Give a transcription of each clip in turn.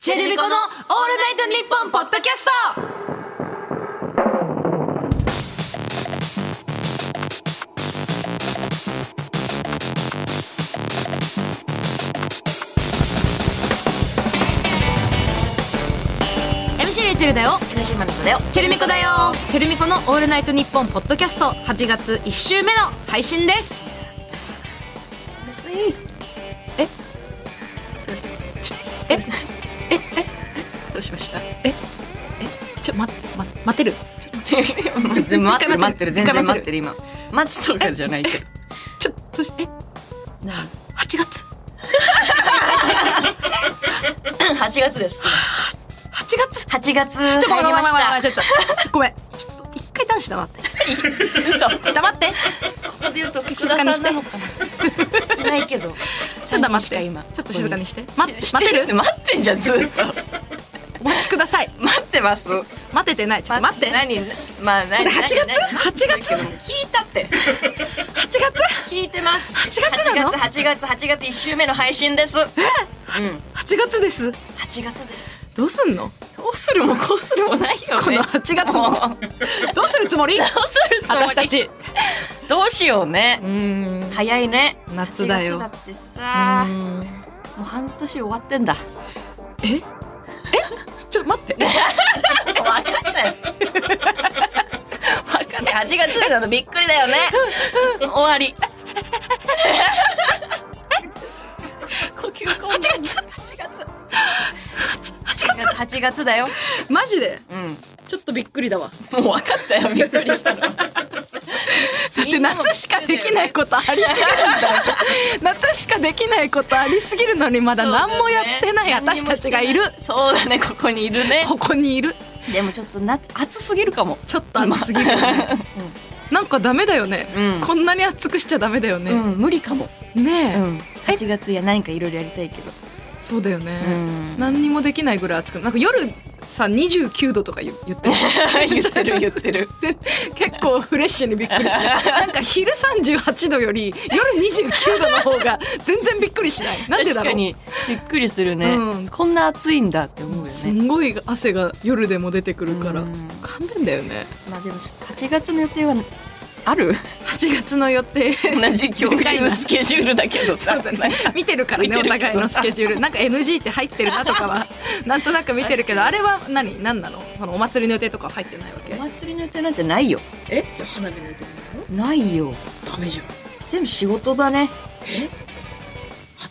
チェルミコのオールナイトニッポンポッドキャストレイチェルだよ MC マミコだよチェルミコだよチェルミコのオールナイトニッポンポッドキャスト8月1週目の配信ですえちええええどうしましたえちょまま待てるちょ待ってる待ってる待ってる全然待ってるる今待つとかじゃないけどちょどうしえ8月 8月です8月8月ちょごめんごめ入りんまごめんごめんしちょっとごめんちょっと一回男子黙ってた嘘こ黙ってこで言うと岸静か田にさしんてなのかないない けどちょっと黙っしかて今ちょっと静かにししてま待てる待ってんじゃんずっとお待ちください待ってます待ててないちょっと待って何まあ何8月何何8月聞いたって8月聞いてます8月なの8月8月8月1週目の配信ですうん8月です8月ですどうすんのどうするもこうするもないよねこの8月のもうどうするつもりどうするつもり私たちどうしようねうーん早いね夏だよ8月だってさうもーんう半年終わってんだええちょっと待って分かんない分かんない8月なのびっくりだよね終 わり呼吸困難8月8月8 8月だよ月マジでうんちょっとびっくりだわもう分かったよびっくり したのだって夏しかできないことありすぎるんだよ 夏しかできないことありすぎるのにまだ何もやってない私たちがいるそうだねここにいるねここにいる でもちょっと夏暑すぎるかもちょっと暑すぎるよねなんかダメだよね、うんこんなに暑くしちゃダメだよね、ん無理かもねえ、うん8月や何かいろいろやりたいけどそうだよね、うん何にもできないぐらい暑くなんか夜さ29度とか言言ってる 言ってる言ってる 結構フレッシュにびっくりし ちゃうなんか昼38度より夜29度の方が全然びっくりしないなんでだろ確かうにびっくりするね、うんこんな暑いんだって思うよすねんごい汗が夜でも出てくるからうん勘弁だよねまあでもちょっと8月の予定はある8月の予定 同じ共有スケジュールだけどそさうだね見てるから見ねておる互いのスケジ ュールなんか NG って入ってるなとか はなんとなく見てるけどあれは何何なのそのお祭りの予定とかは入ってないわけお祭りの予定なんてないよえじゃあ花火の予定なのないよダメじゃん全部仕事だね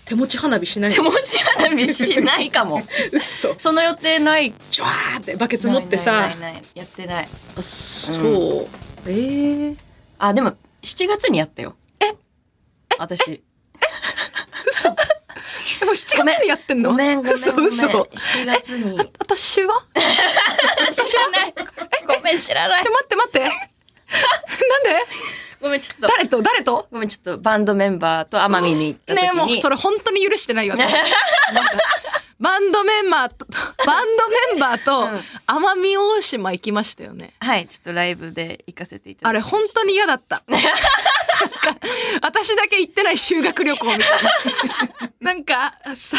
手持ち花火しない手持ち花火しないかもうっそその予定ないジュワーってバケツ持ってさないないないやってないあそう、えー、あでも7月にやったよええ私でも7月にやってんのごめんごめん嘘ごめん嘘 あ7月に私 はちょ知らないごめん知らない待って待って なんでごめんちょっと誰と誰とごめんちょっとバンドメンバーと奄美に行った時ねに、えもうそれ本当に許してないわなんかバンドメンバー とバンドメンバーと奄美大島行きましたよねはいちょっとライブで行かせていたあだれいて本当に嫌だ った。なんか私だけ行ってない修学旅行みたい な。なんかさ、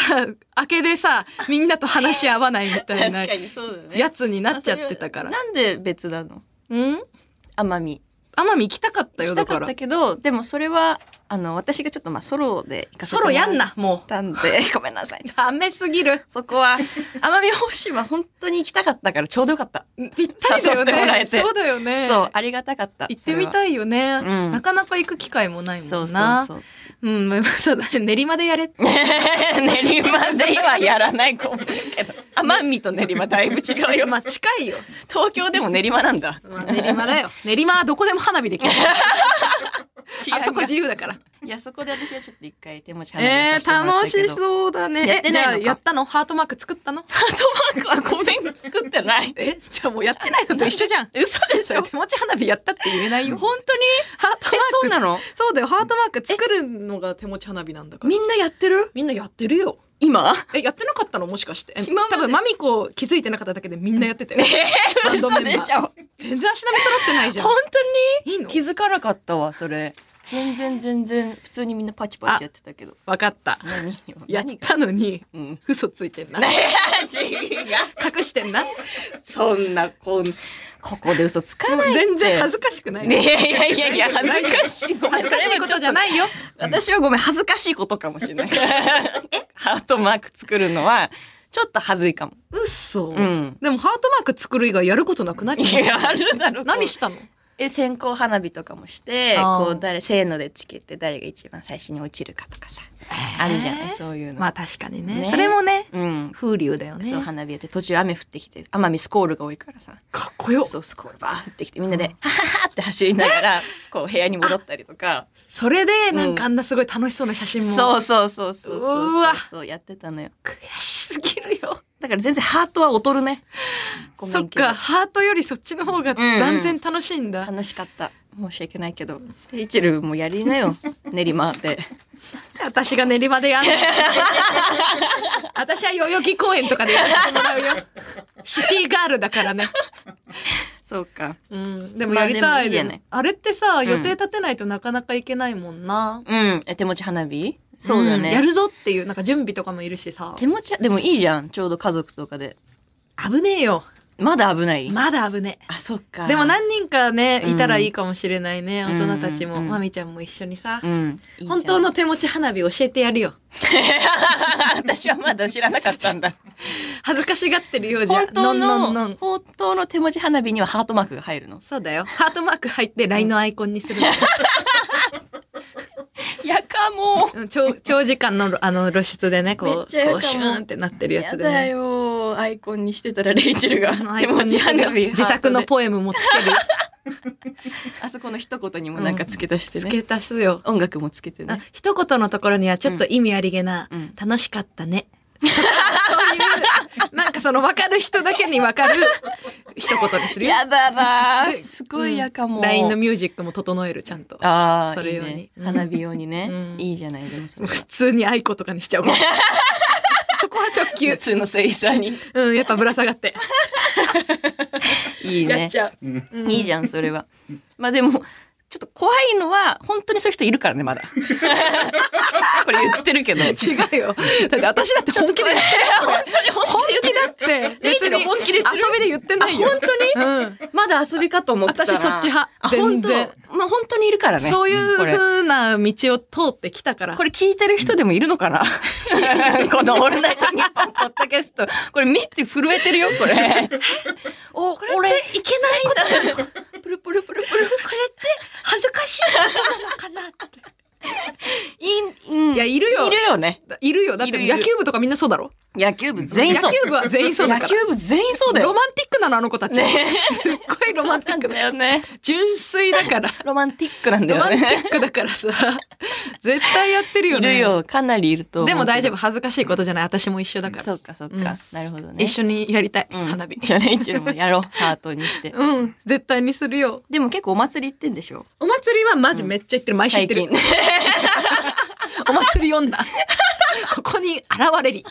明けでさ、みんなと話し合わないみたいな確かにそうだねやつになっちゃってたからあ。それなんで別なのうん奄美奄美行きたかったよ、しだたかかっらた。けどでもそれはあの私がちょっとまあソロで行かせソてもロやらんっな、もう。たんで ごめんなさいダメすぎる。そこは奄美大島本当に行きたかったからちょうどよかった、ぴったりだよ誘ってもらえね。てそうだよね。そうありがたかった行ってみたいよね、うんなかなか行く機会もないもんな。それは そうそうそううん、 そうだね。練馬でやれ って。練馬ではやらないかもだけど奄美と練馬だいぶ違う よまあ近いよ。東京でも練馬なん だまあ練馬だよ。練馬はどこでも花火できる。あそこ自由だから。いやそこで私はちょっと一回手持ち離えれさせてもー、らっ楽たけどしそうだね。やってないのかえじゃあやったのハートマーク作ったのハートマークはごめん作ってない。えじゃあもうやってないのと一緒じゃん 嘘 で それ手持ち花火やったって言えないよ。ハー本当にトマーク。え そうなのそうだよ。ハートマーク作るのが手持ち花火なんだから。みんなやってるみんなやってるよ。今え、やってなかったのもしかして。え今まで多分、マミコ気づいてなかっただけでみんなやってた よ。バンド嘘メンバーでしょ全然足並み揃ってないじゃん本。いい当のに気づかなかったわそれ全然全然普通にみんなパチパチやってたけどわかった。何よやったのにうん、 嘘ついてんな。違う隠して んな。そんなこんここで嘘つかないって全然恥ずかしくない。いやいやいやいや 恥ずかしいごめん恥ずかしい ことじゃないよ。私はごめん恥ずかしいことかもしれない えハートマーク作るのはちょっと恥ずいかも嘘。うんでもハートマーク作る以外やることなくないいやあるだろう何したのえ線香花火とかもしてあーこう誰せーのでつけて誰が一番最初に落ちるかとかさあるじゃないそういうの、まあ確かにね。ねそれもね、うん風流だよねそう。花火やって途中雨降ってきて奄美スコールが多いからさかっこよ。そうスコールバー降ってきてみんなで「ハハハ!」って走りながらこう部屋に戻ったりとかそれで、なんかあんなすごい楽しそうな写真も。そうそうそうそうそううそわうそうやってたのよ悔しすぎるよ。だから全然ハートは劣るねごめそっんけどか、ハートよりそっちの方が断然楽しいんだ。楽しかった申し訳ないけどレイチェルもやりな よ練馬で私が練馬でやんの 私は代々木公園とかでやらせてもらうよ シティガールだからね、そうかうん、でもやりたい,、まあでもいいじゃないあれってさん予定立てないとなかなかいけないもんな、うんえ手持ち花火そうだね、んやるぞっていうなんか準備とかもいるしさ手持ちでもいいじゃんちょうど家族とかで危ねえよまだ危ない、まだ危ねあそっかえでも何人かねうんいたらいいかもしれないね、大人たちも、うんうんまみちゃんも一緒にさ、うんいいじゃん本当の手持ち花火教えてやるよ 私はまだ知らなかっ たんだ。恥ずかしがってるようじゃ本当のんののんのん本当の手持ち花火にはハートマークが入るの。そうだよハートマーク入って LINE のアイコンにするのやかも。うん 長長時間のあの露出でねこうめっちゃやかこもうシューンってなってるややつでだねよ。アイコンにしてたらレイチェルがあのアイ手コ持ンにちする花火自作のハートポエムもつけるであそこの一言にもなんか付け足してつね。け足すよ、音楽もつけてあね。一言のところにはちょっと意味ありげな「うん楽しかったね」そういうなんかその分かる人だけに分かる一言にするよやだな。ですごいやかうも。ん LINE のミュージックも整えるちゃんとああ、それ用にいいねうん花火用にねう。んいいじゃないでも それは。普通に愛子とかにしち ゃおうそこは直球普、通の声優さんにうん、やっぱぶら下がっていいやっね。ちゃう、うんいいじゃんそれは。まあでもちょっと怖いのは本当にそういう人いるから ねまだ。これ言ってるけど。違うよ。だって私だって本気で言って本当に本気だるって。レイチェル本気で言ってる遊びで言ってないよ。あ本当にうん。まだ遊びかと思ってたら私そっち派あ全然本当まあ本当にいるからねそういうこれ風な道を通ってきたから。これ聞いてる人でもいるの かなこの「オールナイトニッポン」ポッドキャストこれ見て震えてるよこれお俺いけないんだプルプルプルプルこれって恥ずかしいなのかなって。い、うん、いやいるよいるよねいるよ。だっいるている野球部とかみんなそうだろ。野球部全員そう野球部は全員そうだから野球部全員そうだよロマンティックなのあの子たち。ねすっごいロマンティックそうだなんだよね純粋だから。ロマンティックなんだロマよンテねィックだからさ。絶対やってるよいね。る。よかなりいると思うでも大丈夫夫。恥ずかしいことじゃない。私も一緒だから。そうかそうか、なるほどね一緒にやりたい。うん花火。じゃあレイチェルもやろうハートにしてうん。絶対にするよ。でも結構お祭り行ってんでしょお祭りはマジめっちゃ行ってる。毎週行最って近る。 お祭り女。ここに現れり。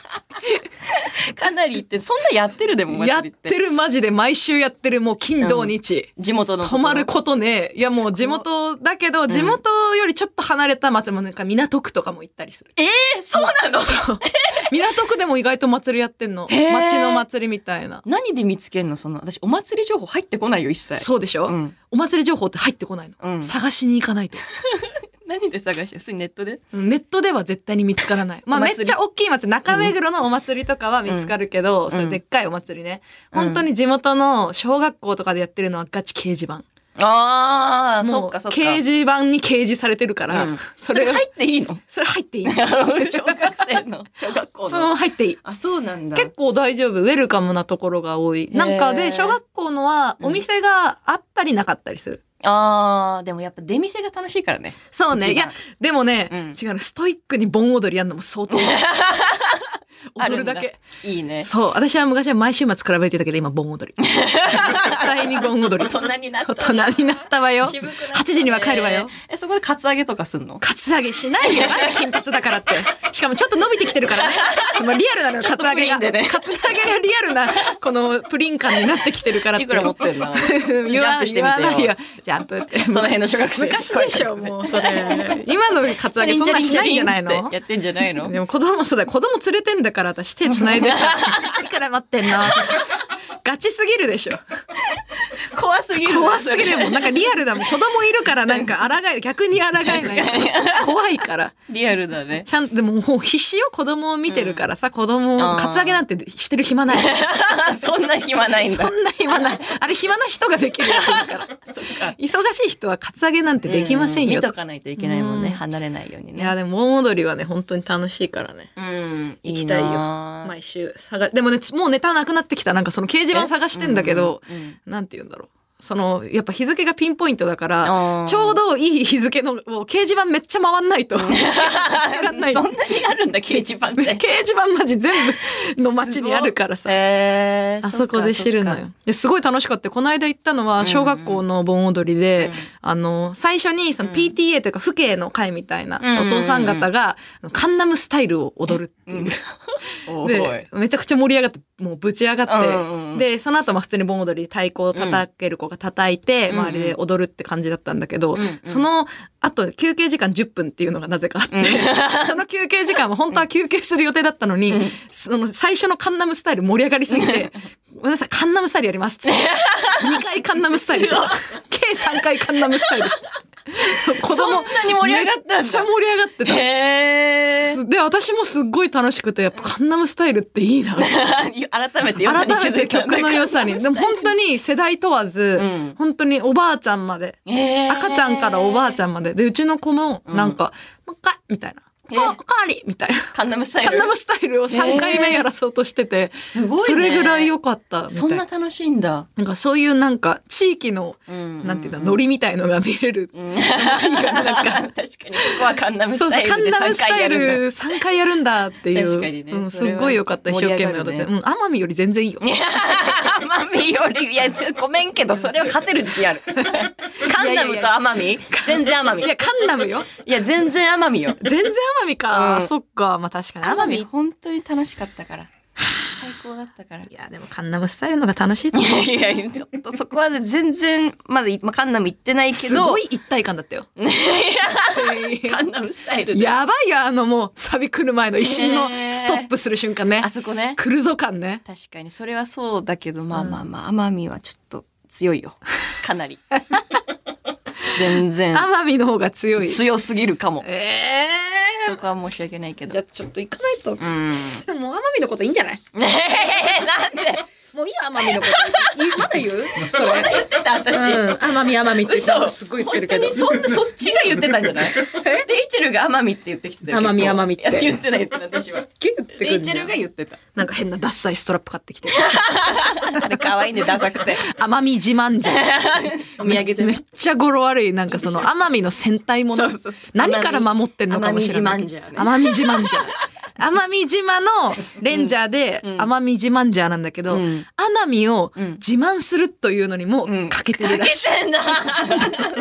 かなり行ってそんなやってるでもおや祭りってるマジで毎週やってる。もう金土日。地元の泊まることね。いやもう地元だけど、地元よりちょっと離れた祭りもなんか港区とかも行ったりする。えー、そうなの港区でも意外と祭りやってんの。へー町の祭りみたいな。何で見つけんのその私お祭り情報入ってこないよ一切そうでしょ、うんお祭り情報って入ってこないの。うん探しに行かないと。何で探してる普通にネットでうんネットでは絶対に見つからない。まあおめっ祭りちゃ大きい祭り、中目黒のお祭りとかは見つかるけど、そういうでっかいお祭りね。本当に地元の小学校とかでやってるのはガチ掲示板。ああそもっうかそっか掲示板に掲示されてるから、うんそそれれは入っていいのそれ入っていい。 小学生の小学校の、うん、入っていい。あそうなんだ結構大丈夫。ウェルカムなところが多い。なんかへで、ー小学校のはお店があったりなかったりする。あーでもやっぱ出店が楽しいからねそうね。一番いや、でもね、うん違うの。ストイックに盆踊りやんのも相当。踊るだ あけ。いいねそう私は昔は毎週末比べてたけど今盆踊り 絶対に盆踊り大人になった大人になったわよ渋くなったね8時には帰るわよえそこでカツアゲとかすんのカツアゲしないよまだ金髪だからってしかもちょっと伸びてきてるからねもうリアルなのよちょカっとツアゲが、プリンでねカツアゲがリアルなこのプリン感になってきてるからいくら持ってん の 言ジャンわプして言みてよわないよジャンプって その辺の小学生昔でしょもうそれ今のカツアゲ そんなしないんじゃないのやってんじゃないのでも子供そうだよ子供連れてんだから私手繋いでさ いくら待ってんの ガチすぎるでしょ怖すぎる怖すぎるもんんなんかリアルだもん子供いるからなんか抗え逆に抗えない確かに怖いからリアルだねちゃんでももう必死よ子供を見てるからさ、子供あーカツアゲなんてしてる暇ない そんな暇ないんそだんな暇ないあれ暇な人ができるやつだから 忙しい人はカツアゲなんて できませんうよ、見とかないといけないもんねうん離れないようにいやねでも盆踊りはね本当に楽しいからねうん行きたいよな毎週探でもねつもうネタなくなってきたなんかその掲示板探してんだけど、うんうんなんて言うんだろうそのやっぱ日付がピンポイントだかあーらちょうどいい日付のを掲示板めっちゃ回んないと見つけらんないそ掲んなにあるんだ掲示板 って示板マジ全部の街にあるからさえーあそこで知るのよ。ですごい楽しかった。この間行ったのは小学校の盆踊りで、あの最初にその PTA というか父兄の会みたいなうんうんうんお父さん方がカンナムスタイルを踊るっていう。おーでめちゃくちゃ盛り上がってもうぶち上がって、うんうんうんでその後まあ普通に盆踊りで太鼓を叩ける子が叩いて、うん周りで踊るって感じだったんだけど、うんうんその後休憩時間10分っていうのがなぜかあって、うん その休憩時間は本当は休憩する予定だったのに、その最初のカンナムスタイル盛り上がりすぎて「ごめんなさいカンナムスタイルやります」っつ って2回カンナムスタイルした計3回カンナムスタイルした 子供そんなに盛り上がったんだめっちゃ盛り上がってた。へー す で私もすっごい楽しくてやっぱカンナムスタイルっていいな改めて 良さ改に気めづいてた曲の良さ にでも本当に世代問わず、うん本当におばあちゃんまで赤ちゃんからおばあちゃんゃんまででうちの子もなんか「もう一回」みたいな「えこうカーリー」みたいな。カンナムスタイカンルナムスタイルを3回目やらそうとしてて、すごいねそれぐらい良かったみたいそんな楽しいんだ、なんかそういうなんか地域の、うんなんていうんだ、ノリみたいのが見れる。うん確かにここはカンナムそスうタそう、イカルンでナム3スタ回やイる んだル3回やるんだっていう。確かにねうん、すそれっはごい良かった、一生懸命踊っ盛りて。上がるうん、奄美より全然いいよ。奄美より、いや、ごめんけど、それは勝てる自信あ る。カンナムと奄美全然奄美。いや、カンナ ムよ。いや、全然奄美よ。全然奄美か。うんそっか。まあ確かに奄奄美。美、い本当に楽しかったから。最高だったから。いや、でもカンナムスタイルのが楽しいと思うやいや、ちょっとそこはね全然、まだい、まあカンナム行ってないけすどごい、一体感だったよ。全員カンナムスタイルで。やばいよ、あのもう、サビ来る前の一瞬の ねえストップする瞬間ねあ。そこね。来るぞ感ね。確かに、それはそうだけど、まあまあまあ、奄美はちょっと強いよ。かな り。全然。奄美の方が強い。強すぎるかも。ええそこは申し訳ないけじど。ゃあちょっと行かないと。うん。でももう奄美のこといいんじゃ ないねえなんでもういいよ、奄美のこと。いまだ 言うそそんれ。な言ってた私。うん、奄美奄美って言って嘘。すごい言ってるけど。本当にそんなそっちが言ってたんじゃないレイチェルが奄美って言ってきてたけど。奄美奄美っていや言ってない言ってない私は。キュってくレるイんチェだよルが言ってた。なんか変なダッサいストラップ買って きて。あれ可愛いね、ダサ くて。奄美自慢じゃん。 お土産でめっね。ちゃ語呂悪いなんかその奄美の戦隊ものそうそうそう何から守ってんのかもしれない奄美奄美島じゃ 奄美島のレンジャーで奄美島じゃなんだけどうん奄美をん自慢するというのにもうん欠けてるらしいてんな。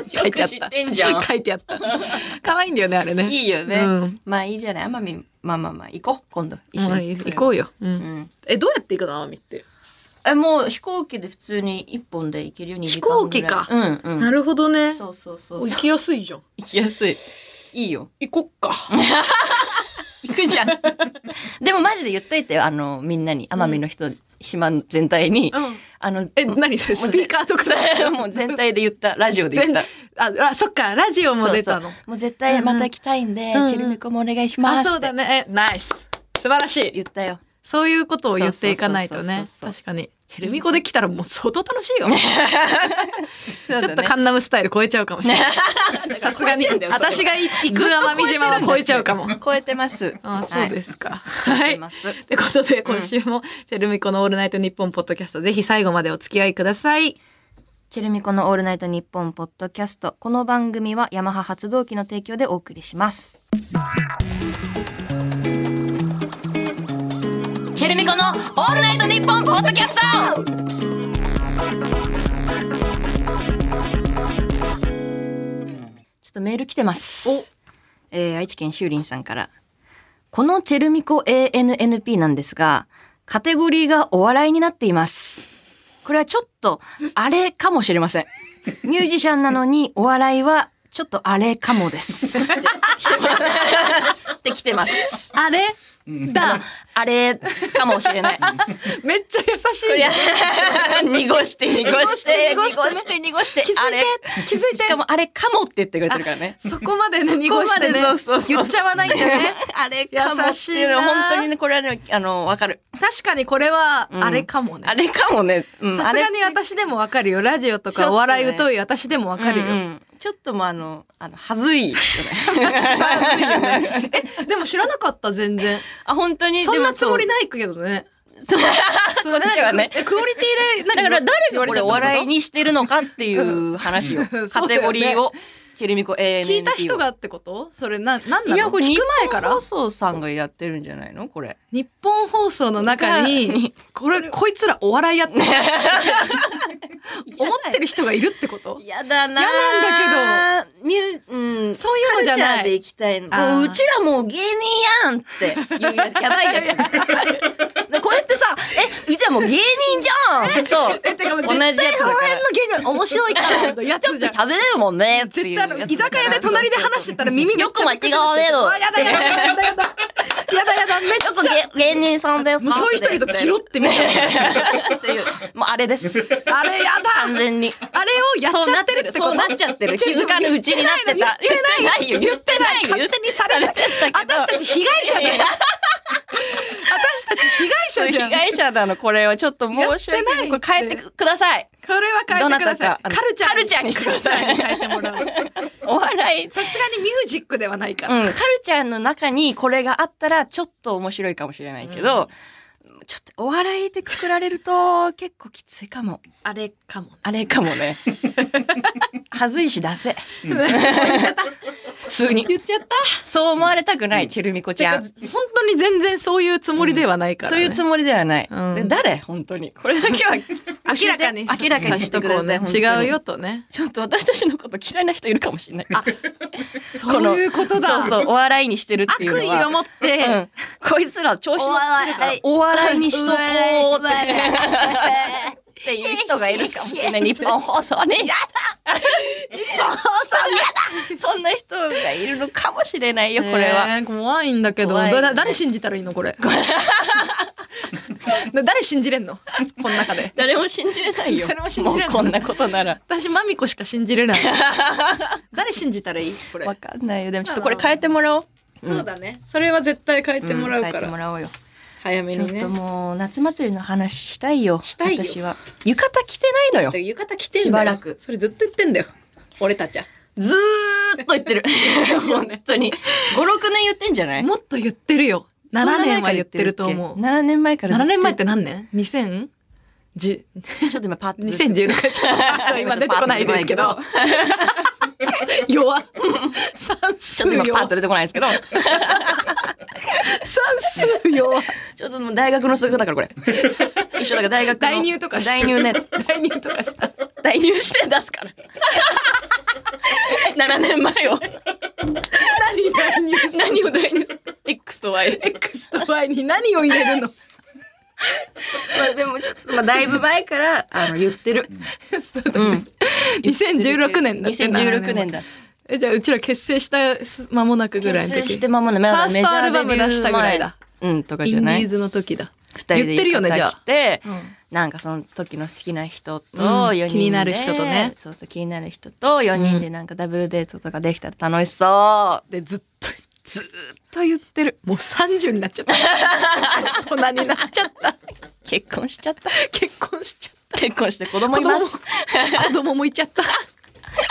書よいてあっく知ったてんじゃん。書いてあった 可愛いんだよねあれねいいよねうん。まあいいじゃない。奄美、まあまあまあ、行こう。今度。一も緒うに。行こうよううんん。えどうやって行くの奄美ってえ、もう飛行機で普通に一本で行けるように飛行機かうんうん。なるほどねそうそうそうそう。行きやすいじゃん行きやすい。いいよ。行こっか行 くじゃん。でもマジで言っといてよ、あの、みんなに、奄美の人、島全体に、うんあの、えもう何それスピーカーとかもうぜ もう全体で言った、ラジオで言っ全た。ああそっかラジオも出たそうのそうもう絶対また来たいんで、うんうんチェルミコもお願いしますあって。そうだねえナイス素晴らしい言ったよ。そういうことを言っていかないとねそうそうそうそう確かにチェルミコできたらもう相当楽しいよ、そうちだょっねとカンナムスタイル超えちゃうかもしれない さすがに私が行く奄美島は超えちゃうかも超えてます。。あそうですすかはえいてますってことで今週もチェルミコの「オールナイトニッポン」ポッドキャストぜひ最後までお付き合いくださいチェルミコのオールナイトニッポンポッドキャスト。この番組はヤマハ発動機の提供でお送りします。チェルミコのオールナイトニッポンポッドキャストちょっとメール来てます。おえー愛知県修林さんから。このチェルミコ ANNP なんですが、カテゴリーがお笑いになっています。これはちょっと、あれかもしれません。ミュージシャンなのにお笑いは、ちょっとあれかもです。って来てます。あれだ、あれかもしれない。めっちゃ優しいこりゃね。 濁して濁して濁濁ししてて濁して濁して気づいてあれ気づいてしかもあれかもって言ってくれてるからねそこまでね、濁してねそうそうそう。言っちゃわないん だ よね。あれかもって優しいうのいな本当にねこれはねあのわかる確かにこれは、うんあれかもね。あれかもねうんさすがあれに私でもわかるよ。ラジオとちょっとかねお笑い疎い私でもわかるよ。うんうんちょっともうあのあのはずいよね え、でも知らなかった、全然。あ本当にそんでなもつもりないけどね。そう それこっちは何ねえ、クオリティで何、だから誰言わがれちゃこれったってとお笑いにしてるのかっていう話を うんカテゴリーをチェルミコ ANNT 聞いた人をがってことそれな、なんないやのこれ聞日く前か本ら放送さんがやってるんじゃないのこれ日本放送の中に、これ、こいつらお笑いやってる 思ってる人がいるってことやだな嫌なんだけどミューうんそういうのじゃないカルチャーで行きたいのあーもううちらもう芸人やんって言うやつやば いやつでこれってさえうちらもう芸人じゃんとえ、てか、絶同じや対そつだかのら辺の芸人面白いからのやつじゃん。食べれるもんねって絶いう対あの、居酒屋で隣で話してたら耳めっちゃめくっちゃうよく間違われろあやだやだやだやだ。やだやだ、めっよくちゃ。芸芸人さんですもうそういう人いるとギロって見ちゃう。っていうもうあれですあれやだ。完全にあれをやっちゃってるってことそうなっちゃってる気づかぬうちになってた言ってない言ってないよ言ってないよ勝手にされて言ってたけど私たち被害者だよ。私たち被害者じゃん。被こ害者なのこれはちょっと申し訳なやっいてないこれ変えてくださいれは変えてくださどなたかい。あのカルチャー。カルチャーにしてくださいカルチャーに変えてもらう。お笑いさすがにミュージックではないから。うん、カルチャーの中にこれがあったらちょっと面白いかもしれないけど、ちょっとお笑いで作られると結構きついかも。あれかも。あれか もね。はずいし出せ。言っちゃった。普通に。言っちゃった。そう思われたくない、チェルミコちゃん。本当に全然そういうつもりではないから、そういうつもりではない。うんで誰本当に。これだけは明らかに教えて明らかにしてくさしとこうださい。ね違う本よとね当に。ちょっと私たちのこと嫌いな人いるかもしれない。あこのそういうことだそうそう、お笑いにしてるっていうのは。悪意を持って、うん、 こいつら調子乗ってるからお笑いにしとこうってっていう人がいるかもしれない日本放送ねやだ日本放送やだそんな人がいるのかもしれないよこれは、えー怖いんだけど怖いねだ誰信じたらいいのこれ 誰信じれんのこの中で誰も信じれないよ誰も信じれないもうこんなことなら私マミコしか信じれ ない誰信じたらいいこれわかんないよでもちょっとこれ変えてもらおうそうだねそれは絶対変えてもらう変かえてら、もらおうよ早めちょっにねともう夏祭りの話したいよしたいよ私は浴衣着てないのよだから浴衣着てんだよしばらくそれずっと言ってんだよ俺たちはずー っと言ってる。本当に。5、6年言ってんじゃないもっと言ってるよ7年は言ってるとそんな思う前から言ってるっけ7年前からず7と年前って何年 ?2010 ちょっと今パッと。 2016年ちょっと今出てこないですけど弱算ち数ょっと弱今パッと出てこないですけど。算数弱ちょっともう大学の数学だからこれ。一緒だから大学の。代入とか代入のやつ。代入とかした代入して出すから。7年前を。何代入する何を代入する ?X と Y。 X と Y に何を入れるのまあでもちょっと、まあだいぶ前から、あの、言ってる。そうだね2016年だって2016年だ。えじゃあうちら結成した間もなくぐらい結の成時して間もない。まだファーストアルバム出したぐらいだメジャーデビュー前。うん、とかイじゃンデないィー。ズの時だ二人で言ってるよね浴衣じゃあ着て、うんなんかその時の好きな人とう4ん人で、気になる人とねそうそう気になる人と4人でなんかダブルデートとかできたら楽しそでずっとう、と言ってるもう30になっちゃった 大人になっちゃった結婚しちゃった 結婚しちゃった結婚して子供います子供もいちゃった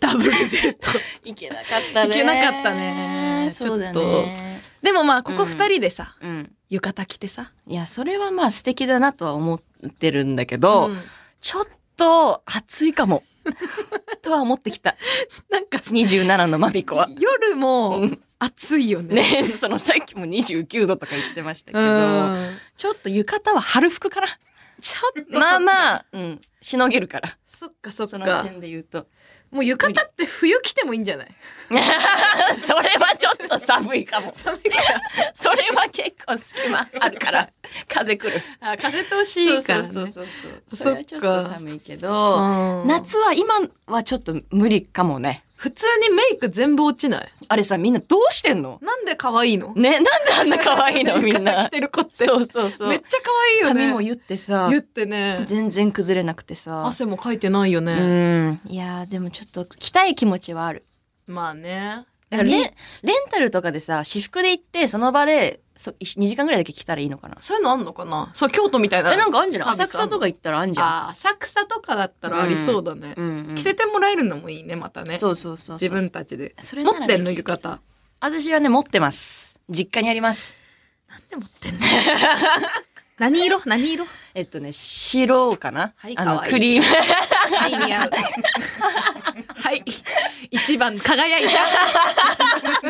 ダブルデート いけなかったねいけなかったねそうだちょねでもまあここ二人でさ、うん浴衣着てさ、いやそれはまあ素敵だなとは思ってるんだけど、うんちょっと暑いかも とは思ってきたなんかさ27のマビ コは夜も暑いよねねそのさっきも29度とか言ってましたけうど、んちょっと浴衣は春服 かな。ちょっとまああ まあ、うん、しのげるから。そっかそっそのか点で言うと。 もう浴衣って冬着てもいいんじゃないそれはちょっと寒いか も。寒いから。それは結構隙間あるから、風来る。あ、 風通しいいからね。そうそうそうそそっう。かれはちょっと寒いけど、うん夏は今はちょっと無理かもね。普通にメイク全部落ちないあれさ、みんなどうしてんのなんで可愛いのね、なんであんな可愛いのみん浴衣な着。てる子って。そうそうそう。めっちゃ可愛いよね。髪も言ってさ言、ってね。全然崩れなくてさ。汗もかいてないようね。ん。いやーでもちょっと着たい気持ちはある。まあね。レンレンタルとかでさ、私服で行って、その場でそ2時間ぐらいだけ着たらいいのかな。そういうのあんのかなそう、京都みたいな。え、なんかあんじゃないサー浅ビスあ草んのとか行ったらあんじゃん。あー浅草とかだったらありそうだねう。ん、うん。着せてもらえるのもいいね、またね。そうそうそうそう。自分たちで。それな持らっねてんの浴衣。私はね、持ってます。実家にあります。なんで持ってんの 何色何 色えっとね、白かな、はいあの、可愛いクリーム。 はい、似合う。はい。一番輝いちゃう。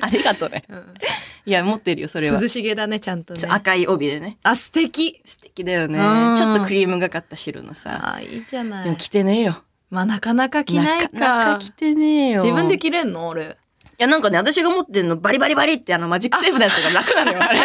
ありがとうね。いや、持ってるよ、それは。涼しげだね、ちゃんとねちょ。赤い帯でね。あ、素敵。素敵だよねうん。ちょっとクリームがかった白のさ。あ、いいじゃなでもい。着てねえよ。まあ、なかなか着ないなかなかか。着てねえよ。自分でい着れんの俺。や、なんかね、私が持ってるのバリバリバリってあのマジックテープのやつが楽なのよ、あれ。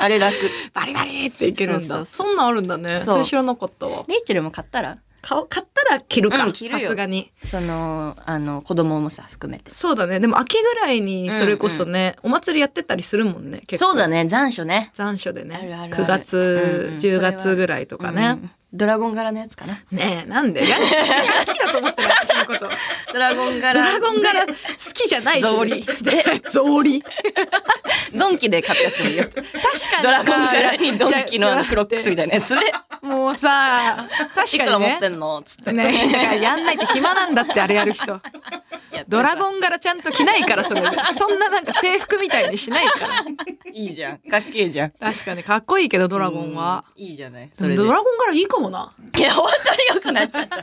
あれ楽。バリバリっていけるんだ。そそうそうそんなんあるんだね。そうそれ知らなかったわ。 レイチェルも買ったら顔買ったら着るか。うん着るさよすがに。その、あの、子供もさ、含めて。そうだね。でも秋ぐらいにそれこそね、お祭りやってたりするもんね。結構そうだね、残暑ね。残暑でね。あるあるある9月、うんうん10月ぐらいとかね。うんドラゴン柄のやつかな。ねえ、なんでヤンキーヤンキーだと思ってる私のこと。ドラゴンド柄。ラゴン柄好きじゃないし。草履で、草履。ドンキで買ったやつもいい よ。確かにさドラゴン柄にドンキのあのクロックスみたいなやつで。もうさ、確いかくらに持っねて。んのつって。ねだからやんないって暇なんだってあれやる人。ドラゴン柄ちゃんと着ないからそれそんななんか制服みたいにしないからン。いいじゃん。かっけえじゃん。確かにかっこいいけどドラゴンは。うん。いいじゃない。そドれラで。ゴンい柄いいかもなや、本当に良くなっちゃった。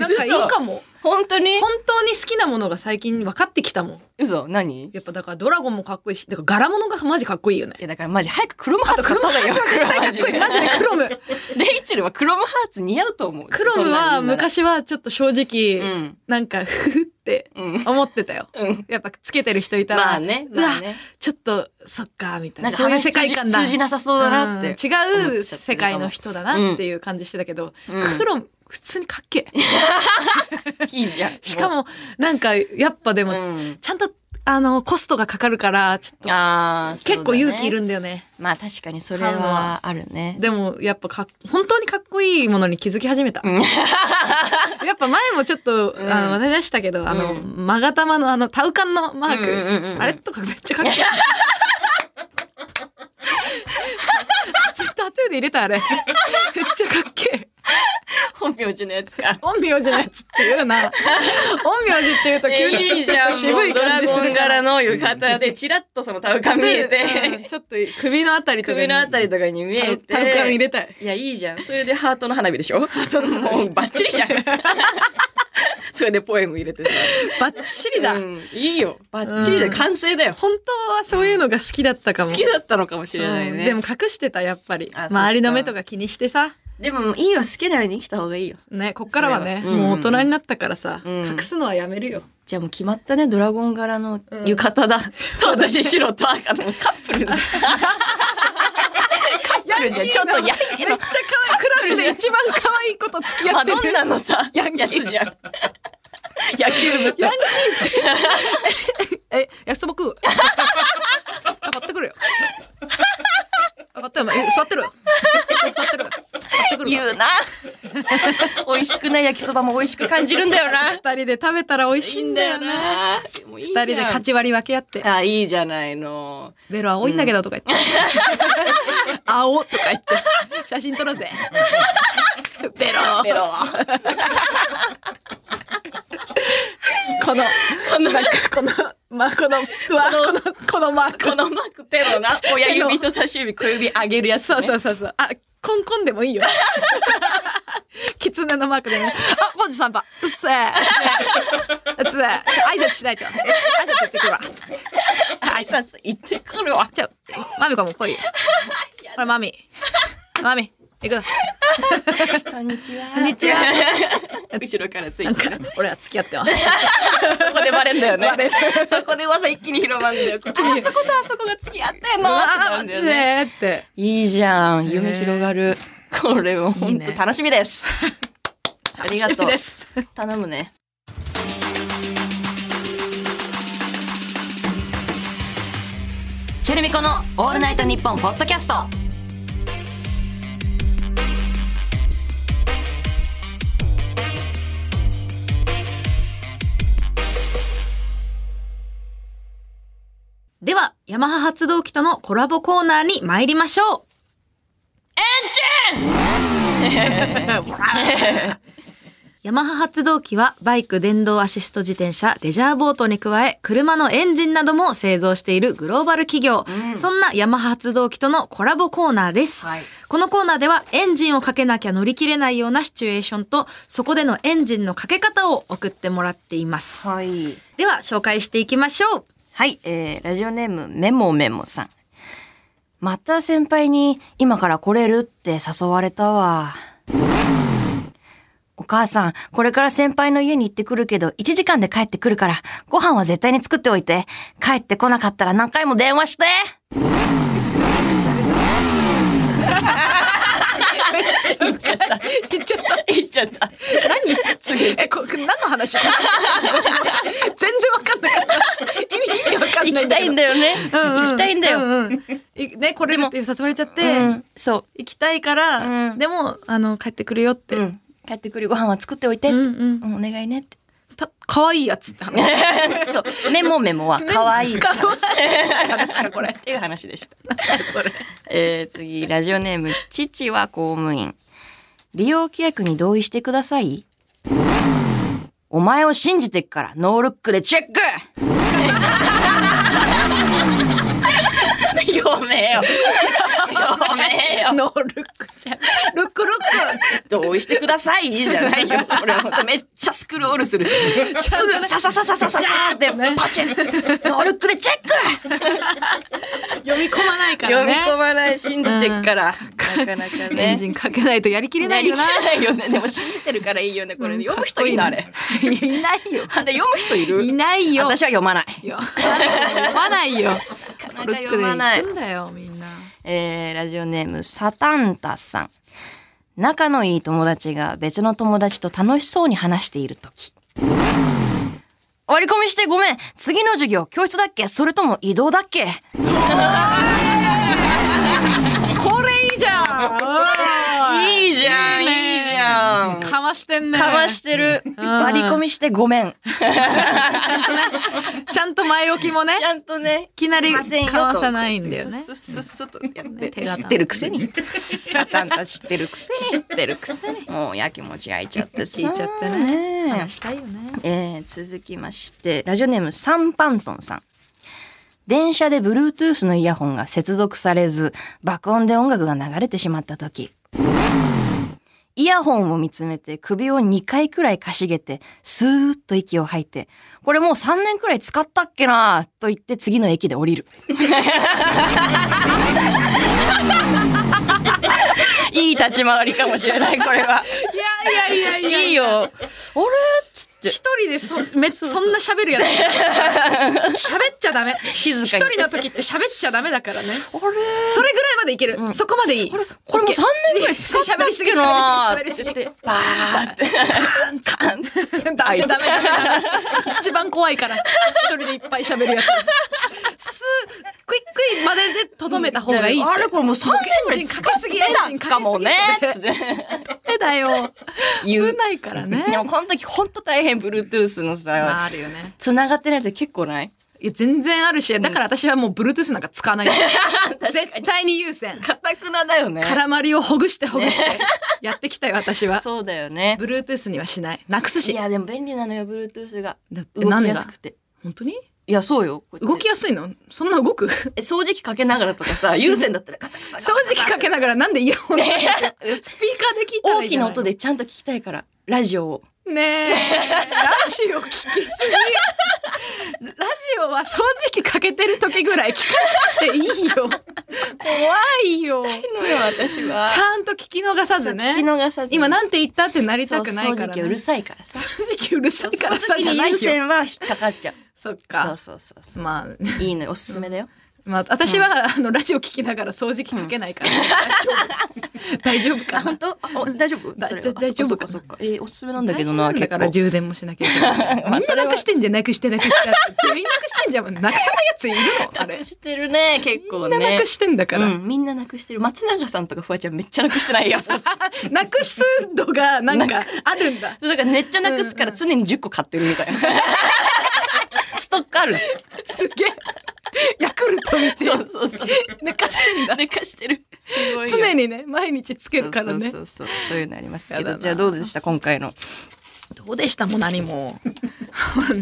なんかいいかも本当に本当に好きなものが最近分かってきたもん嘘何いやっぱだからドラゴンもかっこいいしだから柄物がマジかっこいいよねや、だからマジ早くクロムハーツ買っ黒もた方がいいよ。絶対かっこいいマジでク ロムレイチェルはクロムハーツ似合うと思う。クロムは昔はちょっと正直、うんなんかふふって思ってたよ、うんやっぱつけてる人いたら、まあねまあねうわちょっとそっかみたいななんかそういう世話界観だ通じなさそうだなってうん違う世界の人だなっていう感じしてたけど、うんクロム普通にかっけえいいじゃん。しかもなんかやっぱでも、うんちゃんとあのコストがかかるからちょっとあーそうだね結構勇気いるんだよねまあ確かにそれはあるね。でもやっぱかっ本当にかっこいいものに気づき始めた。 やっぱ前もちょっと、あの話題出したけど、あの、マガタマのあの、タウカンのマーク、うんうんうんうんあれとかめっちゃかっこいい。ずっとタトゥーで入れたあれ。めっちゃかっけえ。本名字のやつか。陰陽師のやつっていうな。陰陽師っていうと急いにいちじょっゃとん。も渋いうド感ラじすゴるンから柄。の浴衣でチラッとそのタウカン見えでうんて、ちょっと首のあたりとかに首のあたりとかに見えて。タウカン入れたい。いや、いいじゃん。それでハートの花火でしょもうバッチリ じゃん。それでポエム入れてさ。バッチリだ。うん、いいよ。バッチリで完成だよ。本当はそういうのが好きだったかも。好きだったのかもしれないうんね。でも隠してたやっぱりあそっか周りの目とか気にしてさでもいいよ。好きなように生きた方がいいよ。ねこっからはねそれはうんもう大人になったからさ、うん隠すのはやめるよじゃあもう決まったね。ドラゴン柄の浴衣だ。と私、白と赤のカップル だ。カップルじゃん。ちょっとめヤっちゃ可愛いクラスで一番可愛いこと付き合マってドるンナのさ、ヤンキーやつじゃん。野球部と。え焼きそば食う あ買ってくるよあ買ってよお前え座ってる座ってる買ってくるわ言う な。美味しくない焼きそばも美味しく感じるんだよな。二人で食べたら美味しいいいんんだだよよねな。もういいじ二ゃん人で勝ち割り分け合ってあ、いいじゃないの。ベロ青いんだけどとか言って、青とか言って写真撮ろうぜベロ ベロ。この、この、なんかこの、まあ、この、うわ、この、このマークこ。のマーク手のな、親手の指と差し指、小指上げるやつ、そね。うそうそうそう。あ、コンコンでもいいよ。 キツネのマークでもいい。あ、ポンジさんば。うっせえ。うっせえ。挨拶しないと。挨拶言ってくるわ。挨拶行ってくるわ。 じゃあ、マミコも来いよ。ほら、マミ。マミ。行 くぞこんにちは。こんに ちは。後ろからついなんてかる。俺は付き合ってますそこでバレんだよねバレる。そこで噂一気に広まるんだよ。 あにそことあそこが付き合ってんのってなあるーんマだジよね。でっていいじゃん。夢広がる。これも本いい当ね楽しみ です。ありがとう楽しみです 頼むね。チェルミコのオールナイトニッポンポッドキャスト。ではヤマハ発動機とのコラボコーナーに参りましょうエンジン ヤマハ発動機はバイク電動アシスト自転車レジャーボートに加え車のエンジンなども製造しているグローバル企業、そんなヤマハ発動機とのコラボコーナーです、はいこのコーナーではエンジンをかけなきゃ乗り切れないようなシチュエーションとそこでのエンジンのかけ方を送ってもらっています、はい。では紹介していきましょうはい、えー、ラジオネームメモメモさん。また先輩に今から来れるって誘われたわ。お母さん、これから先輩の家に行ってくるけど、1時間で帰ってくるから、ご飯は絶対に作っておいて。帰ってこなかったら何回も電話して言っちゃった。言っちゃった。 言っちゃった。何次。え、こ何の話全然わかんなかった。意味、意味わかん行ないきたいんだよ。よね。うんうん行きたいんだよ。ううんいね、これって誘われちゃって、うん、そ行きたいから、うんでも、あの、帰ってくるよって。う。うん。帰ってくるご飯は作っておいて。うんうんお願いねって。 た、可愛いやつって話。そう。メモメモは可愛い。っ可愛い話か、これ。ていう話でした。それ。えー次、ラジオネーム、父は公務員。利用規約に同意してください。お前を信じてっから、ノールックでチェック 読め よ。読めよ。ノールックじゃん。ルックルッ同意してくださいじゃないよ。これほんとめっちゃスクロールする。すぐ、さささささささって、パチンノールックでチェックク読み込まないから読みね。込まない、信じてっから。なかなかね。エンジンかけないとやりきれないよな。ないよね。でも信じてるからいいよね。これ、読む人いるあれ。いないよ。あれ読む人いるいないよ。私は読まない。よ。読まないよ。なかルックで読まない行く。んだよ、みんな。えー、ラジオネーム、サタンタさん。仲のいい友達が別の友達と楽しそうに話しているとき。割り込みしてごめん次の授業、教室だっけそれとも移動だっけこれいいじゃん。いいじゃんいいねじゃんかましてんね。かましてる。割り込みしてごめん。 ちゃんと前置きもねち。ゃんとね、いきなりかわさないんだよねすっすっすっすっとやって手形知ってるくせに。サタンタ知ってるくせに。知ってるくせに。もうやきもち焼いちゃってさ。聞いちゃってね。ねえ話したいよね。えー続きまして、ラジオネームサンパントンさん。電車で Bluetooth のイヤホンが接続されず、爆音で音楽が流れてしまった時。イヤホンを見つめて首を2回くらいかしげて、スーッと息を吐いて、これもう3年くらい使ったっけなと言って次の駅で 降りる。いい立ち回りかもしれない、これは。いやいやいやいや。いい。よ。あれつって一。人でそめそんな喋る やつ。喋っちゃダメ。静かに一人の時って喋っちゃダメだからね。あれそれぐらいまでいける。そこまでいい。ここれもう3年ぐらい使ったっ喋りすぎけな喋ーりすぎっ喋てり言って、バーって、カンっ て。ダメダメダ メダメ一番怖いから一人でいっぱい喋るやつすクイックイまででとどめた方がいいあれこれもう3年ぐらい使ってたかもねエンつジっンてれだよ言う危。ないからねでもこの時ほんと大変、Bluetooth のまあさ、あるよね繋がってないと結構ないいや全然あるしだから私はもう Bluetooth なんか使 わない絶対に優先かたくなだよね。絡まりをほぐしてほぐしてやってきたよ私はそうだよね。 Bluetooth にはしないなくすいしや、でも便利なのよ、Bluetooth が。だって動き何やがすくて。本当にいや、そうよ。こうやって動きやすいのそんな 動くえ掃除機かけながらとかさ、有線だったらカチャカチャ正直かけながらなんでイヤ ホンなんだよスピーカーで聞いたらい大いじきゃない音でちゃんと聞きたいから、ラジオを。ねえ、ラジオ聞きすぎ。ラジオは掃除機かけてる時ぐらい聞かなくていいよ。怖いよ。のよ私は。ちゃんと聞き逃さず聞きね。逃さず。今なんて言ったってなりたくないそうか掃除ら、機ね。うるさいからさ。正直うるさいからそさうじ掃ゃ除機なにい優よ。先は引っかかっちゃう。そっそうか。そうそうそまあ、う。いいのよ、おすすめだよ。まあ、私は、あのラジオ聞きながら掃除機かけないから、大丈夫大丈夫あ、かな本。当？あお大丈夫？だそれはだ大丈夫かあそっかそっか。えーおすすめなんだけどな、大変結だから構。充電もしなきゃいけない。 まあみんななくしてんじゃんなくしてなくしてって。全員なくしてんじゃん。なくさないやついるのあれ。してるね、結構みんななねく。してんだから。 うん、みんななくしてる。松永さんとかフワちゃんめっちゃなくしてない やん。そなくす度がなんかあるんだ。うだからめっちゃなくすから常に10個買ってるみ たいな。ストックある。すげえ。ヤクルト見てそうそうそう。寝かしてんだ。寝かしてる。すごいよ。常にね、毎日つけるからねそ。うそうそうそうそういうのありますけやだどなじゃあどうでした今回のどうでしたもう何も。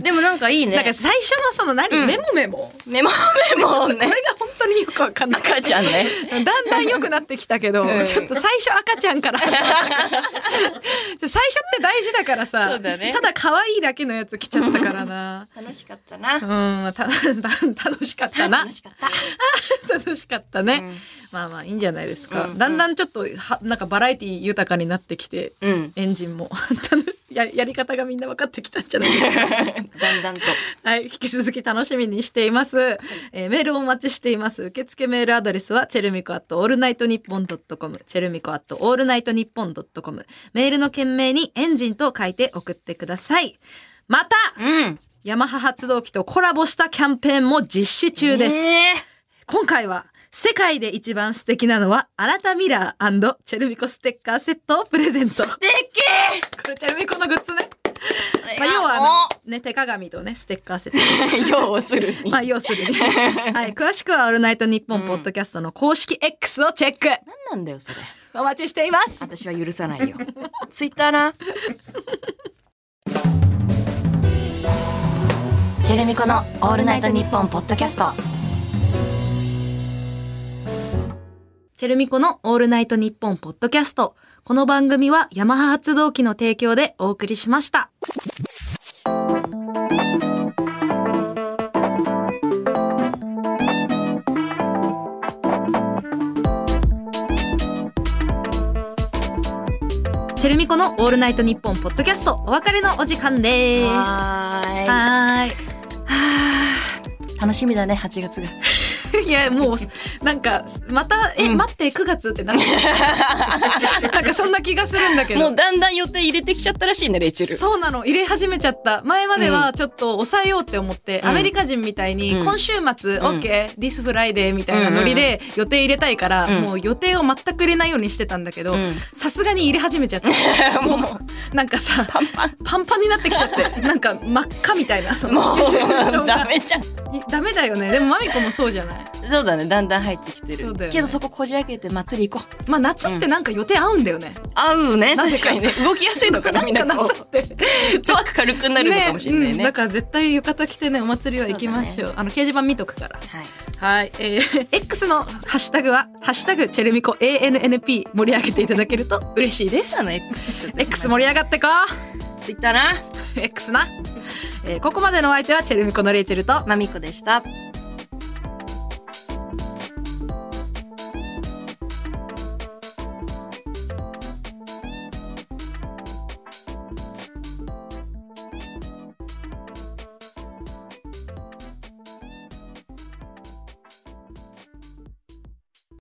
でもなんかいいねなんか最初のその何、うんメモメモ。メモメモをこれねが本当によくわかんない。赤ちゃんねだんだん良くなってきたけど、うんちょっと最初赤ちゃん から始まったから最初って大事だからそさ、うだねただ可愛いだけのやつ来ちゃったからな楽しかったなうんた楽しかったな楽しかった 楽しかったね、うんまあまあいいんじゃないですか、うんうんだんだんちょっとはなんかバラエティ豊かになってきてうんエンジンも 楽しややり方がみんな分かってきたんじゃないですか だんだんとはい、引き続き楽しみにしています。えーメールをお待ちしています。受付メールアドレスは、チェルミコアットオールナイトニッポンドットコム、チェルミコアットオールナイトニッポンドットコム。メールの件名にエンジンと書いて送ってください。また、うんヤマハ発動機とコラボしたキャンペーンも実施中です。ね今回は、世界で一番素敵なのは、アラタミラーチェルミコステッカーセットをプレゼント。えでけこれチェルミコのグッズね。えまあ、要はあの、ね、手鏡とね、ステッカーセット。 要をするにま何あ、要するに。はい。詳しくは、オールナイトニッポンポッドキャストの公式 X をチェック。なんだよそれお待ちしています。私は許さない よツイッターなジェレミコの「オールナイトニッポン」ポッドキャストチェルミコのオールナイトニッポンポッドキャスト。この番組は、ヤマハ発動機の提供でお送りしました。チェルミコのオールナイトニッポンポッドキャスト、お別れのお時間です。はーいはーい。 楽しみだね8月が いやもうなんかまた「え、待って9月」ってなって なんかそんな気がするんだけもうどだんだん予定入れてきちゃったらしいねレイチェルそうなの入れ始めちゃった前まではちょっと抑えようって思って、うんアメリカ人みたいに、うん今週末、うん OK This Friday みたいなノリで予定入れたいから、うんもう予定を全く入れないようにしてたんだけどうんさすがに入れ始め ちゃってもうなんかさパンパンパンパンになってきちゃ ってなんか真っ赤みたいなそも の スケジュール帳うダがメじゃんいダメだよねでもマミコもそうじゃないそうだねだんだん入ってきてるそうだよねけどそここじ開けて祭り行こうまあ夏ってなんか予定合うんだよね、合うねなぜ確かかにね動きやすいのかなみんなこう夏フってットワーク軽くなるのかもしれないねうん、だから絶対浴衣着てねお祭りは行きましょうあの掲示板見とくからはいはい、えー、X のハッシュタグは「ハッシュタグチェルミコ ANNP」盛り上げていただけると嬉しいですあの X って X 盛り上がってこツイッターな X な、えーここまでのお相手はチェルミコのレイチェルとまみこでした